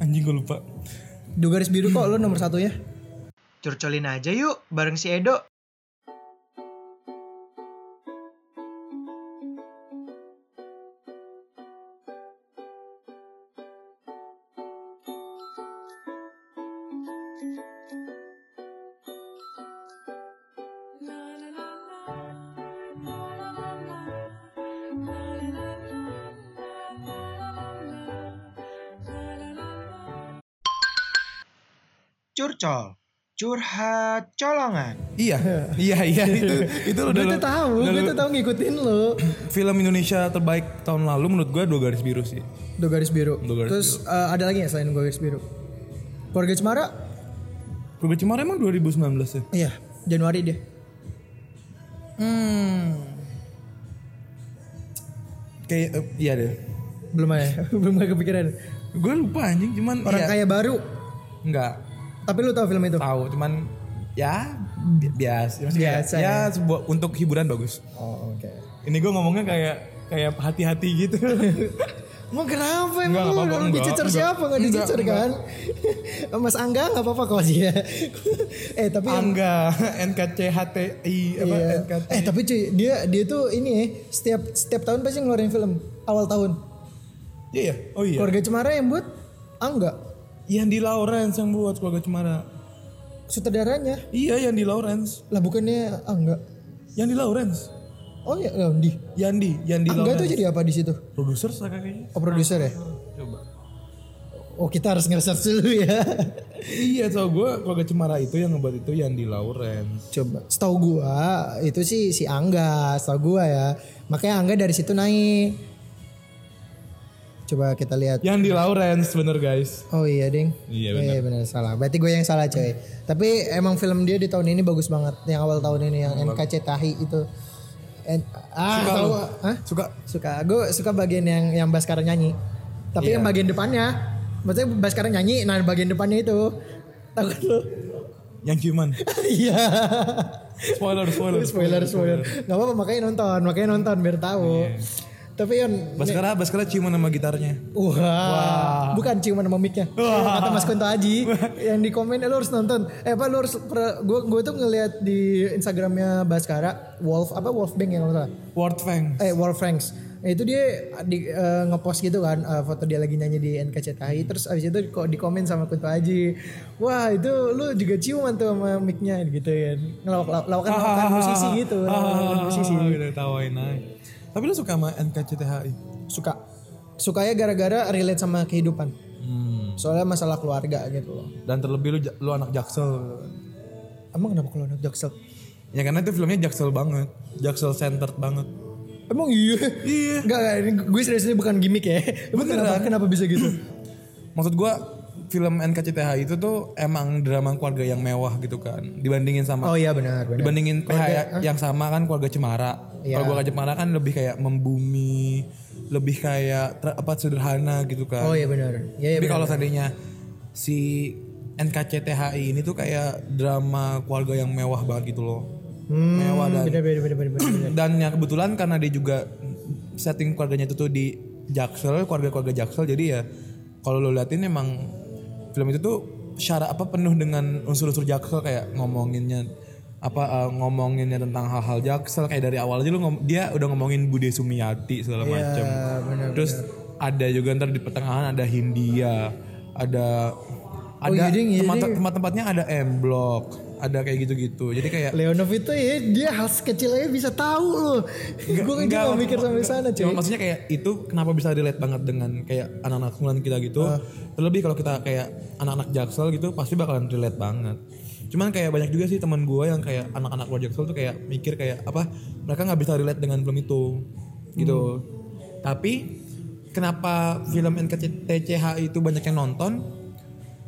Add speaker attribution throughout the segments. Speaker 1: anjing gue lupa
Speaker 2: Dugaris garis biru kok lo nomor satu ya.
Speaker 3: Curcolin aja yuk bareng si Edo. Curcol, curhat colongan.
Speaker 1: iya iya iya itu itu
Speaker 2: Gue
Speaker 1: udah
Speaker 2: tuh
Speaker 1: lu-
Speaker 2: tahu,
Speaker 1: udah
Speaker 2: gue
Speaker 1: lu-
Speaker 2: tuh tahu ngikutin lo.
Speaker 1: film Indonesia terbaik tahun lalu menurut gue dua garis biru sih
Speaker 2: Dua garis biru.
Speaker 1: Dua garis
Speaker 2: Terus eh, ada lagi ya selain dua garis biru? Keluarga Cemara?
Speaker 1: Keluarga Cemara emang 2019 ya
Speaker 2: Iya, Januari dia. Hmm,
Speaker 1: kayak eh, iya deh
Speaker 2: belum ada, Iya. belum ada kepikiran.
Speaker 1: gue lupa anjing cuman
Speaker 2: Orang
Speaker 1: ya,
Speaker 2: kaya baru.
Speaker 1: nggak
Speaker 2: Tapi lu tahu film itu?
Speaker 1: tahu cuman ya bi- bias Maksudnya kayak,
Speaker 2: Biasa,
Speaker 1: ya sebuah untuk hiburan bagus
Speaker 2: Oh, oke.
Speaker 1: ini gue ngomongnya kayak kayak hati-hati gitu
Speaker 2: Iya. Mau
Speaker 1: Enggak,
Speaker 2: kenapa emang
Speaker 1: enggak
Speaker 2: lu
Speaker 1: apa-apa,
Speaker 2: lu
Speaker 1: enggak,
Speaker 2: dicecer
Speaker 1: enggak.
Speaker 2: siapa enggak
Speaker 1: Enggak,
Speaker 2: dicecer kan? Mas Angga enggak apa-apa kok dia. eh tapi yang-
Speaker 1: Angga NKCHTI apa
Speaker 2: Iya.
Speaker 1: NKT
Speaker 2: Eh tapi cuy dia dia tuh ini ya setiap setiap tahun pasti ngeluarin film awal tahun.
Speaker 1: iya ya? oh iya
Speaker 2: Keluarga Cemara yang buat Angga
Speaker 1: yang di Lawrence yang buat keluarga Cemara
Speaker 2: sutradaranya
Speaker 1: iya yang di Lawrence
Speaker 2: lah bukannya Angga.
Speaker 1: yang di Lawrence
Speaker 2: Oh iya lah, di
Speaker 1: Yandi Yandi
Speaker 2: Angga
Speaker 1: Lawrence
Speaker 2: tuh jadi apa di situ?
Speaker 1: produser lah kayaknya
Speaker 2: Oh produser ya.
Speaker 1: coba
Speaker 2: Oh kita harus ngeresearch dulu ya.
Speaker 1: iya tau gue keluarga Cemara itu yang ngebuat itu Yandi Lawrence
Speaker 2: Coba. Setahu gua itu sih si Angga, setahu gua ya. Makanya Angga dari situ naik. Coba kita lihat.
Speaker 1: Yandi Lawrence bener guys
Speaker 2: Oh iya ding.
Speaker 1: Iya,
Speaker 2: Oh, Iya benar salah. Berarti gue yang salah coy. Tapi emang film dia di tahun ini bagus banget. Yang awal tahun ini yang NKC Tahi itu. En- ah
Speaker 1: Suka
Speaker 2: tahu
Speaker 1: lu?
Speaker 2: Hah?
Speaker 1: suka
Speaker 2: Suka. Gue suka bagian yang yang Baskara nyanyi. Tapi yang bagian depannya. Maksudnya Baskara nyanyi, nah bagian depannya itu. Takut lu.
Speaker 1: yang cuman
Speaker 2: Iya.
Speaker 1: spoiler spoiler
Speaker 2: spoiler spoiler. Gak apa-apa makanya nonton, makanya nonton biar tahu. Tapi yang
Speaker 1: Baskara Baskara ciuman sama gitarnya
Speaker 2: Wah, bukan ciuman sama mic-nya. Kata Mas Kunto Aji yang di komen "Eh, lu harus nonton. Eh apa lu harus per- gua gua tuh ngeliat di Instagramnya Baskara Wolf apa Wolf Bank ya kalau nggak salah.
Speaker 1: Ward Fang
Speaker 2: Eh Wolf Franks. Nah, itu dia di, eh, ngepost gitu kan eh, foto dia lagi nyanyi di NKCTHI terus abis itu kok di komen sama Kunto Aji. Wah, itu lu juga ciuman tuh sama mic-nya gitu ya. Ngelawak lawakan lawakan musisi gitu. lawakan musisi.
Speaker 1: Ah, udah tawain aja. Tapi lu suka sama NKCTHI?
Speaker 2: Suka. Sukanya gara-gara relate sama kehidupan.
Speaker 1: Hmm.
Speaker 2: Soalnya masalah keluarga gitu loh.
Speaker 1: Dan terlebih lu ja- lu anak Jaksel.
Speaker 2: Emang kenapa kalau anak Jaksel?
Speaker 1: Ya karena itu filmnya Jaksel banget. Jaksel centered banget.
Speaker 2: Emang iya?
Speaker 1: Iya.
Speaker 2: Enggak, enggak, ini gue serius ini bukan gimmick ya. Emang kenapa, kenapa bisa gitu?
Speaker 1: Maksud gua film NKCTHI itu tuh emang drama keluarga yang mewah gitu kan. Dibandingin sama
Speaker 2: oh iya benar, benar.
Speaker 1: dibandingin PH ya- yang sama kan keluarga Cemara.
Speaker 2: Iya.
Speaker 1: Keluarga Cemara kan lebih kayak membumi, lebih kayak ter- apa sederhana gitu kan.
Speaker 2: Oh iya benar. Iya iya
Speaker 1: Tapi
Speaker 2: benar.
Speaker 1: kalau seandainya si NKCTHI ini tuh kayak drama keluarga yang mewah banget gitu loh.
Speaker 2: Hmm,
Speaker 1: Mewah dan
Speaker 2: benar benar benar benar. benar.
Speaker 1: dan yang kebetulan karena dia juga setting keluarganya itu tuh di Jaksel, keluarga-keluarga Jaksel jadi ya kalau lo liatin emang film itu tuh syara apa penuh dengan unsur-unsur Jaksel kayak ngomonginnya apa eh, ngomonginnya tentang hal-hal Jaksel kayak dari awal aja lu ngom- dia udah ngomongin Bude Sumiati segala macem
Speaker 2: Iya, benar.
Speaker 1: Terus ada juga ntar di pertengahan ada Hindia, ada ada
Speaker 2: iya, ding, iya,
Speaker 1: tempat-
Speaker 2: ding.
Speaker 1: tempat-tempatnya ada M Block, ada kayak gitu-gitu. Jadi kayak
Speaker 2: Leonov itu ya dia hal sekecil aja bisa tahu loh. gue juga
Speaker 1: enggak,
Speaker 2: gak mikir sampai sana
Speaker 1: cuma
Speaker 2: cuy.
Speaker 1: maksudnya kayak itu kenapa bisa relate banget dengan kayak anak-anak kumpulan kita gitu. Terlebih kalau kita kayak anak-anak Jaksel gitu pasti bakalan relate banget. Cuman kayak banyak juga sih teman gue yang kayak anak-anak luar Jaksel tuh kayak mikir kayak apa mereka nggak bisa relate dengan film itu gitu. Tapi kenapa film NKTCH itu banyak yang nonton?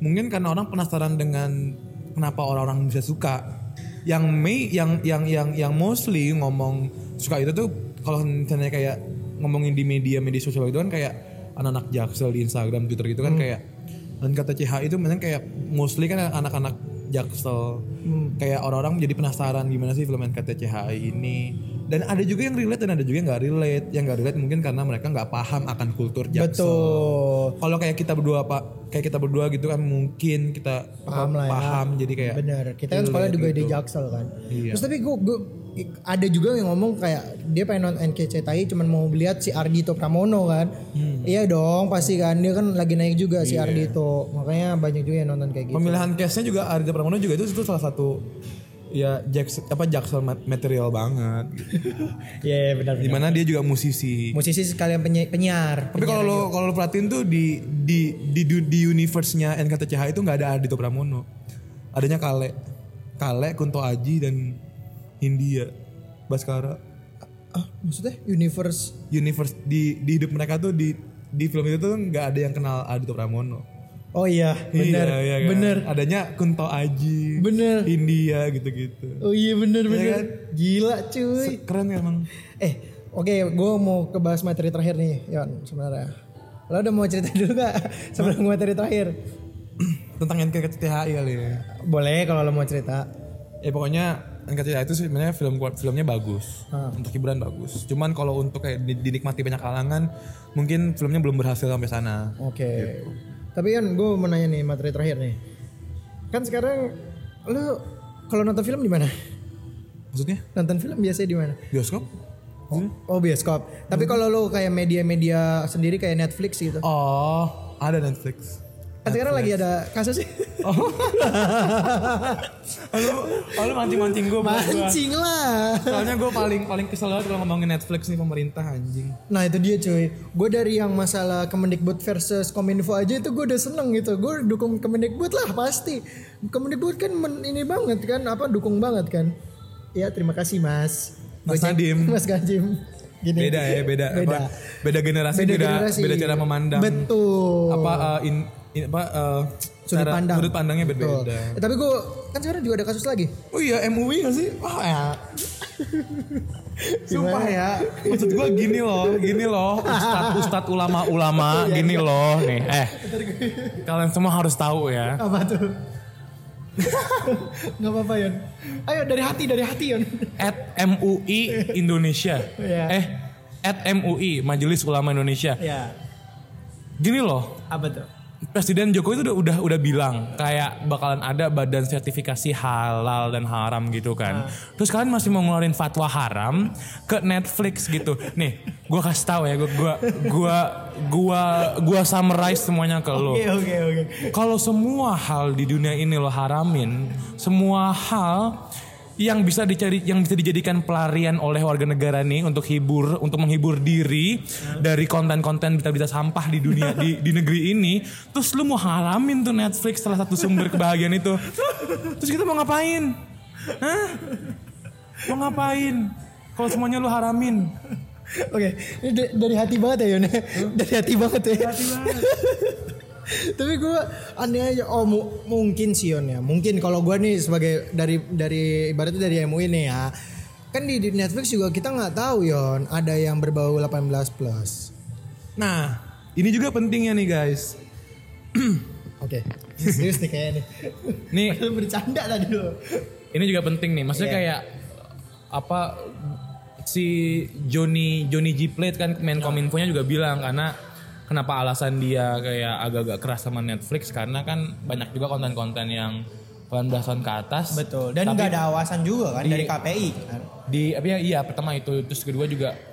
Speaker 1: Mungkin karena orang penasaran dengan kenapa orang-orang bisa suka. Yang Mei yang yang yang yang mostly ngomong suka itu tuh kalau misalnya kayak ngomongin di media media sosial itu kan kayak anak-anak jaksel di Instagram Twitter gitu kan kayak dan kata CH itu mending kayak mostly kan anak-anak jaksel kayak orang-orang menjadi penasaran gimana sih film NKTCHI ini dan ada juga yang relate dan ada juga yang nggak relate yang nggak relate mungkin karena mereka nggak paham akan kultur Jaksel
Speaker 2: Betul.
Speaker 1: kalau kayak kita berdua pak kayak kita berdua gitu kan mungkin kita
Speaker 2: Paham lah ya.
Speaker 1: paham jadi kayak
Speaker 2: Bener. Kita kan sekolah juga di Jaksel kan.
Speaker 1: Iya.
Speaker 2: Terus tapi gue ada juga yang ngomong kayak dia pengen nonton NKCTI cuman mau lihat si Ardito Pramono kan.
Speaker 1: Hmm.
Speaker 2: Iya dong pasti kan dia kan lagi naik juga si
Speaker 1: Iya.
Speaker 2: Ardito. Makanya banyak juga yang nonton kayak gitu.
Speaker 1: pemilihan case-nya juga Arda Pramono juga itu itu salah satu ya Jaksel apa Jaksel mat- material banget gitu.
Speaker 2: Iya iya, benar. benar.
Speaker 1: dimana dia juga musisi
Speaker 2: Musisi sekalian penyi- penyiar.
Speaker 1: tapi kalau lo kalau lo perhatiin tuh di di di du- di universe-nya NKTCH itu nggak ada Ardito Pramono adanya Kale Kale Kunto Aji dan Hindia Baskara
Speaker 2: Ah, maksudnya universe
Speaker 1: universe di di hidup mereka tuh di di film itu tuh nggak ada yang kenal Ardito Pramono
Speaker 2: Oh iya, benar.
Speaker 1: Iya, iya kan?
Speaker 2: Benar.
Speaker 1: Adanya Kunto Aji,
Speaker 2: Bener.
Speaker 1: India gitu-gitu.
Speaker 2: Oh iya benar benar.
Speaker 1: kan?
Speaker 2: Gila cuy.
Speaker 1: Keren ya, emang.
Speaker 2: Eh, oke, gue mau ke bahas materi terakhir nih, Yon. Sebenarnya, lo udah mau cerita dulu gak sebelum materi terakhir?
Speaker 1: Tentang NKCTHI kali ya.
Speaker 2: Boleh kalau lo mau cerita.
Speaker 1: Ya pokoknya NKCTHI itu sebenarnya film filmnya bagus. Untuk hiburan bagus. Cuman kalau untuk kayak di- dinikmati banyak kalangan, mungkin filmnya belum berhasil sampai sana.
Speaker 2: Oke.
Speaker 1: Iya.
Speaker 2: Tapi Yon, gue mau nanya nih materi terakhir nih. Kan sekarang lo kalau nonton film di mana?
Speaker 1: Maksudnya?
Speaker 2: Nonton film biasanya di mana?
Speaker 1: Bioskop? Hmm.
Speaker 2: Oh bioskop. Tapi kalau lo kayak media-media sendiri kayak Netflix gitu.
Speaker 1: Oh, ada Netflix.
Speaker 2: Kan sekarang lagi ada kasus sih.
Speaker 1: Iya. Oh, lu, oh, lu mancing-mancing gue.
Speaker 2: Mancing lah.
Speaker 1: Soalnya gue paling paling kesel banget kalau ngomongin Netflix nih pemerintah anjing.
Speaker 2: Nah itu dia cuy Gue dari yang masalah Kemendikbud versus Kominfo aja itu gue udah seneng gitu Gue dukung Kemendikbud lah pasti Kemendikbud kan men- ini banget kan Apa dukung banget kan Ya terima kasih mas
Speaker 1: Mas
Speaker 2: Gojek-
Speaker 1: Nadiem.
Speaker 2: Mas Gajim Gini.
Speaker 1: beda ya beda
Speaker 2: Beda,
Speaker 1: apa, beda generasi
Speaker 2: Beda
Speaker 1: beda beda,
Speaker 2: generasi.
Speaker 1: cara memandang
Speaker 2: Betul
Speaker 1: apa uh, in, in- apa uh,
Speaker 2: Sudut
Speaker 1: cara-
Speaker 2: pandang.
Speaker 1: sudut pandangnya beda
Speaker 2: Betul.
Speaker 1: beda
Speaker 2: Eh, Tapi gue Kan sekarang juga ada kasus lagi
Speaker 1: oh iya MUI gak sih wah ya. Sumpah
Speaker 2: Gimana?
Speaker 1: ya, maksud gue gini loh, gini loh, ustad ustad
Speaker 2: Iya,
Speaker 1: ulama-ulama, gini loh, nih, eh, kalian semua harus tahu ya,
Speaker 2: Apa tuh Gak apa-apa Yon Ayo dari hati dari hati Yon
Speaker 1: at MUI Indonesia,
Speaker 2: Iya.
Speaker 1: eh, at MUI Majelis Ulama Indonesia,
Speaker 2: Ya
Speaker 1: gini loh,
Speaker 2: Apa tuh
Speaker 1: Presiden Jokowi itu udah, udah udah bilang kayak bakalan ada badan sertifikasi halal dan haram gitu kan. Terus kalian masih mau ngeluarin fatwa haram ke Netflix gitu. Nih, gua kasih tahu ya, gua gua gua gua, gua summarize semuanya ke lo.
Speaker 2: Oke oke oke
Speaker 1: Kalau semua hal di dunia ini lo haramin, semua hal yang bisa dicari yang bisa dijadikan pelarian oleh warga negara nih untuk hibur untuk menghibur diri dari konten-konten berita-berita sampah di dunia di, di negeri ini terus lu mau haramin tuh Netflix salah satu sumber kebahagiaan itu terus kita mau ngapain Hah? mau ngapain kalau semuanya lu haramin
Speaker 2: Oke, ini da- dari hati banget ya Yone. Dari hati banget ya. Tapi gue aneh aja. Oh mu- mungkin sih Yon ya. Mungkin kalau gue nih sebagai dari dari ibaratnya dari MUI nih ya. Kan di, di Netflix juga kita nggak tahu Yon. Ada yang berbau 18 plus.
Speaker 1: nah ini juga pentingnya nih guys
Speaker 2: Oke. Serius nih kayaknya nih.
Speaker 1: nih
Speaker 2: Padahal bercanda tadi lo.
Speaker 1: ini juga penting nih
Speaker 2: Iya.
Speaker 1: maksudnya kayak apa si Joni Joni G Plate kan main kominfonya juga bilang karena kenapa alasan dia kayak agak-agak keras sama Netflix karena kan banyak juga konten-konten yang 18 tahun ke atas
Speaker 2: Betul. Dan nggak ada awasan juga kan dari KPI. Kan?
Speaker 1: di apa ya iya pertama itu terus kedua juga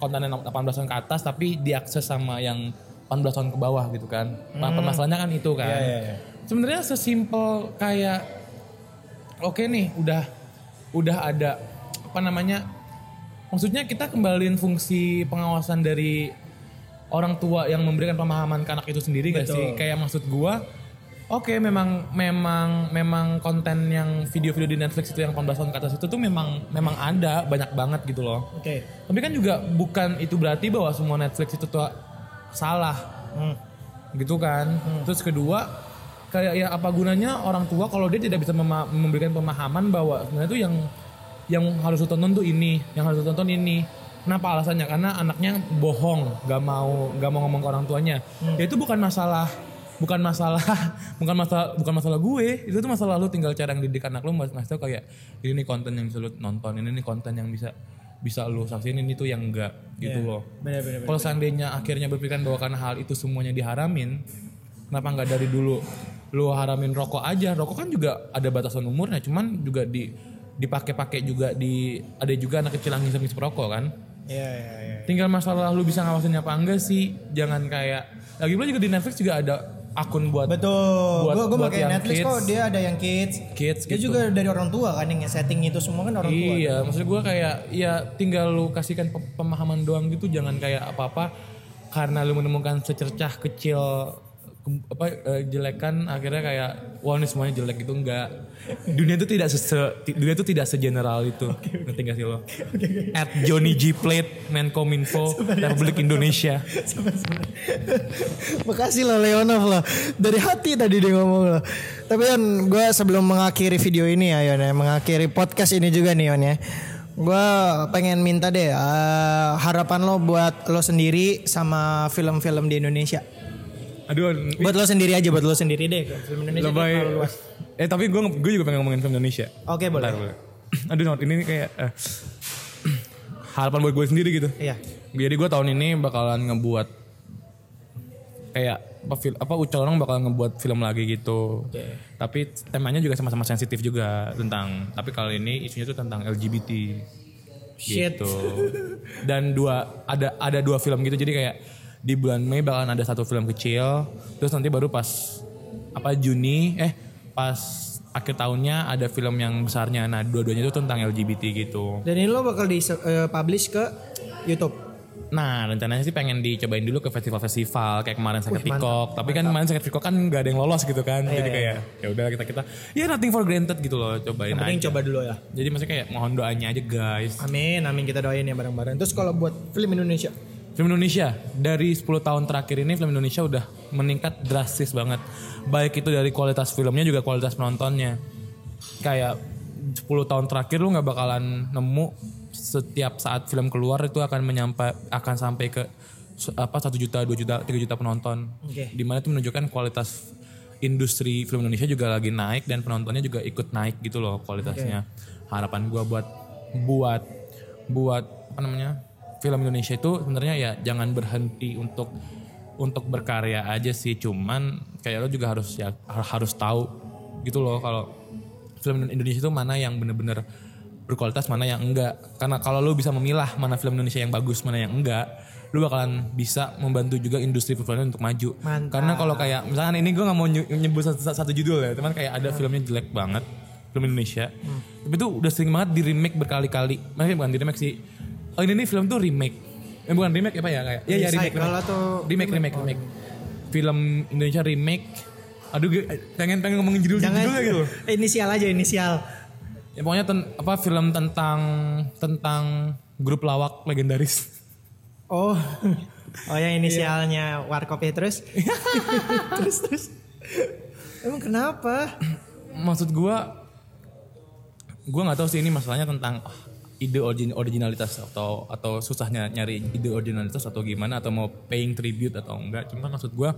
Speaker 1: konten yang 18 tahun ke atas tapi diakses sama yang 18 tahun ke bawah gitu kan Nah,
Speaker 2: Hmm.
Speaker 1: permasalahannya kan itu
Speaker 2: Iya,
Speaker 1: kan sebenarnya sesimpel kayak oke nih udah udah ada apa namanya maksudnya kita kembaliin fungsi pengawasan dari orang tua yang memberikan pemahaman ke anak itu sendiri gak sih kayak maksud gua Oke, memang memang memang konten yang video-video di Netflix itu yang 18 tahun ke atas itu tuh memang memang ada banyak banget gitu loh.
Speaker 2: Oke.
Speaker 1: Tapi kan juga bukan itu berarti bahwa semua Netflix itu tuh salah
Speaker 2: Hmm.
Speaker 1: gitu kan. Terus kedua kayak ya apa gunanya orang tua kalau dia tidak bisa mema- memberikan pemahaman bahwa sebenarnya itu yang yang harus lu tonton tuh ini, yang harus lu tonton ini. Kenapa alasannya? Karena anaknya bohong, gak mau gak mau ngomong ke orang tuanya. Ya itu bukan masalah bukan masalah bukan masalah bukan masalah gue itu tuh masalah lu tinggal cara didik anak lu mas tau kayak ini nih konten yang bisa lu nonton ini nih konten yang bisa bisa lu saksiin ini tuh yang enggak gitu loh
Speaker 2: benar benar
Speaker 1: kalau seandainya akhirnya berpikiran bahwa karena hal itu semuanya diharamin kenapa nggak dari dulu lu haramin rokok aja rokok kan juga ada batasan umurnya cuman juga di dipakai-pakai juga di ada juga anak kecil yang ngisep-ngisep rokok kan
Speaker 2: Iya iya iya.
Speaker 1: Tinggal masalah lu bisa ngawasinnya apa enggak sih. Jangan kayak lagi pula juga di Netflix juga ada akun buat
Speaker 2: Betul.
Speaker 1: Buat-
Speaker 2: Gua gua
Speaker 1: buat
Speaker 2: pakai
Speaker 1: yang
Speaker 2: Netflix kok
Speaker 1: kids.
Speaker 2: dia ada yang kids.
Speaker 1: kids
Speaker 2: Dia
Speaker 1: gitu.
Speaker 2: juga dari orang tua kan yang setting itu semua kan orang tua.
Speaker 1: Iya, maksud gue kayak ya tinggal lu kasihkan pe- pemahaman doang gitu, jangan kayak apa-apa karena lu menemukan secercah kecil ke- apa eh, jelekan akhirnya kayak wah ini semuanya jelek gitu enggak dunia itu tidak sese ti- dunia itu tidak segeneral itu ngerti gak sih lo at Johnny G Plate Menkominfo Republik Indonesia
Speaker 2: Makasih loh Leonov loh. Dari hati tadi dia ngomong loh. Tapi Yon, gue sebelum mengakhiri video ini ya Yon ya. Mengakhiri podcast ini juga nih Yon ya. Gue pengen minta deh eh, harapan lo buat lo sendiri sama film-film di Indonesia.
Speaker 1: aduh
Speaker 2: Buat lo sendiri aja, buat lo sendiri deh. Film Indonesia kan
Speaker 1: lebay
Speaker 2: terlalu luas.
Speaker 1: eh tapi gue gue juga pengen ngomongin film Indonesia
Speaker 2: Oke boleh.
Speaker 1: Bentar, boleh. aduh not ini kayak eh, harapan buat gue sendiri gitu
Speaker 2: Iya.
Speaker 1: jadi gue tahun ini bakalan ngebuat kayak apa fil- apa ucal orang bakal ngebuat film lagi gitu tapi temanya juga sama-sama sensitif juga tentang tapi kali ini isunya tuh tentang LGBT
Speaker 2: Shit.
Speaker 1: gitu dan dua ada ada dua film gitu jadi kayak di bulan Mei bakalan ada satu film kecil terus nanti baru pas apa Juni eh pas akhir tahunnya ada film yang besarnya nah dua-duanya itu tentang LGBT gitu
Speaker 2: Dan ini lo bakal di eh, publish ke YouTube.
Speaker 1: Nah rencananya sih pengen dicobain dulu ke festival-festival kayak kemarin sakit pikok, tapi kan kemarin sakit pikok kan nggak ada yang lolos gitu kan, jadi kayak ya udah kita kita ya nothing for granted gitu loh cobain aja.
Speaker 2: Mending coba dulu ya.
Speaker 1: Jadi maksudnya kayak mohon doanya aja guys.
Speaker 2: Amin, amin kita doain ya bareng-bareng. Terus kalau buat film Indonesia,
Speaker 1: Film Indonesia dari 10 tahun terakhir ini film Indonesia udah meningkat drastis banget. Baik itu dari kualitas filmnya juga kualitas penontonnya. Kayak 10 tahun terakhir lu nggak bakalan nemu setiap saat film keluar itu akan menyampa akan sampai ke su- apa 1 juta, 2 juta, 3 juta penonton.
Speaker 2: Oke.
Speaker 1: Dimana itu menunjukkan kualitas industri film Indonesia juga lagi naik dan penontonnya juga ikut naik gitu loh kualitasnya. Harapan gua buat buat buat apa namanya? film Indonesia itu sebenarnya ya jangan berhenti untuk untuk berkarya aja sih cuman kayak lo juga harus ya har- harus tahu gitu loh kalau film Indonesia itu mana yang bener-bener berkualitas mana yang enggak karena kalau lo bisa memilah mana film Indonesia yang bagus mana yang enggak lo bakalan bisa membantu juga industri perfilman untuk maju
Speaker 2: Mantap.
Speaker 1: karena kalau kayak misalkan ini gue nggak mau nyu- nyebut satu, satu judul ya, teman kayak ada filmnya jelek banget film Indonesia. Tapi itu udah sering banget di remake berkali-kali. Maksudnya bukan di remake sih. Oh ini nih film tuh remake. Eh bukan remake apa ya kayak? Iya ya, remake.
Speaker 2: Recycle
Speaker 1: remake.
Speaker 2: atau
Speaker 1: remake remake remake. Film Indonesia remake. Aduh gue pengen pengen ngomongin judul
Speaker 2: jangan
Speaker 1: judulnya gitu.
Speaker 2: Eh, inisial aja inisial.
Speaker 1: Ya, pokoknya ten- apa film tentang tentang grup lawak legendaris.
Speaker 2: Oh, oh yang inisialnya warkop ya terus, terus terus. Emang kenapa?
Speaker 1: maksud gua gua nggak tahu sih ini masalahnya tentang ah, ide origin- originalitas atau atau susahnya nyari ide originalitas atau gimana atau mau paying tribute atau enggak cuman maksud gua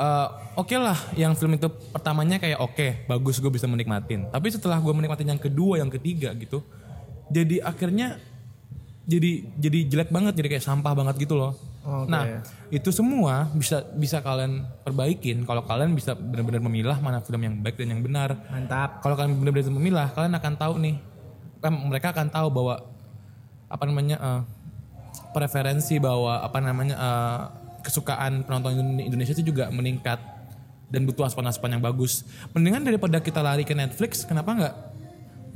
Speaker 1: eh, oke lah yang film itu pertamanya kayak oke bagus gue bisa menikmatin tapi setelah gua menikmatin yang kedua yang ketiga gitu jadi akhirnya jadi jadi jelek banget jadi kayak sampah banget gitu loh
Speaker 2: Oke.
Speaker 1: nah itu semua bisa bisa kalian perbaikin kalau kalian bisa benar-benar memilah mana film yang baik dan yang benar
Speaker 2: Mantap.
Speaker 1: kalau kalian benar-benar memilah kalian akan tahu nih kan mereka akan tahu bahwa apa namanya eh, preferensi bahwa apa namanya eh, kesukaan penonton Indone- Indonesia itu juga meningkat dan butuh asupan-asupan yang bagus mendingan daripada kita lari ke Netflix kenapa nggak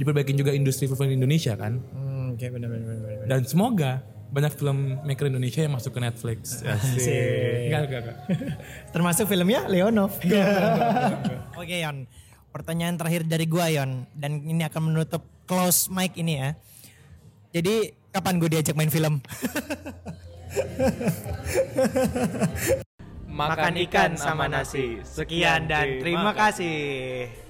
Speaker 1: diperbaikin juga industri film Indonesia kan
Speaker 2: Hmm, Oke benar benar benar. benar.
Speaker 1: dan semoga banyak film maker Indonesia yang masuk ke Netflix
Speaker 2: Asik.
Speaker 1: Enggak, enggak, enggak.
Speaker 2: Termasuk filmnya Leonov. Oke Yon, pertanyaan terakhir dari gua Yon dan ini akan menutup close mic ini ya. Jadi kapan gue diajak main film?
Speaker 3: Makan ikan sama nasi. Sekian dan terima kasih.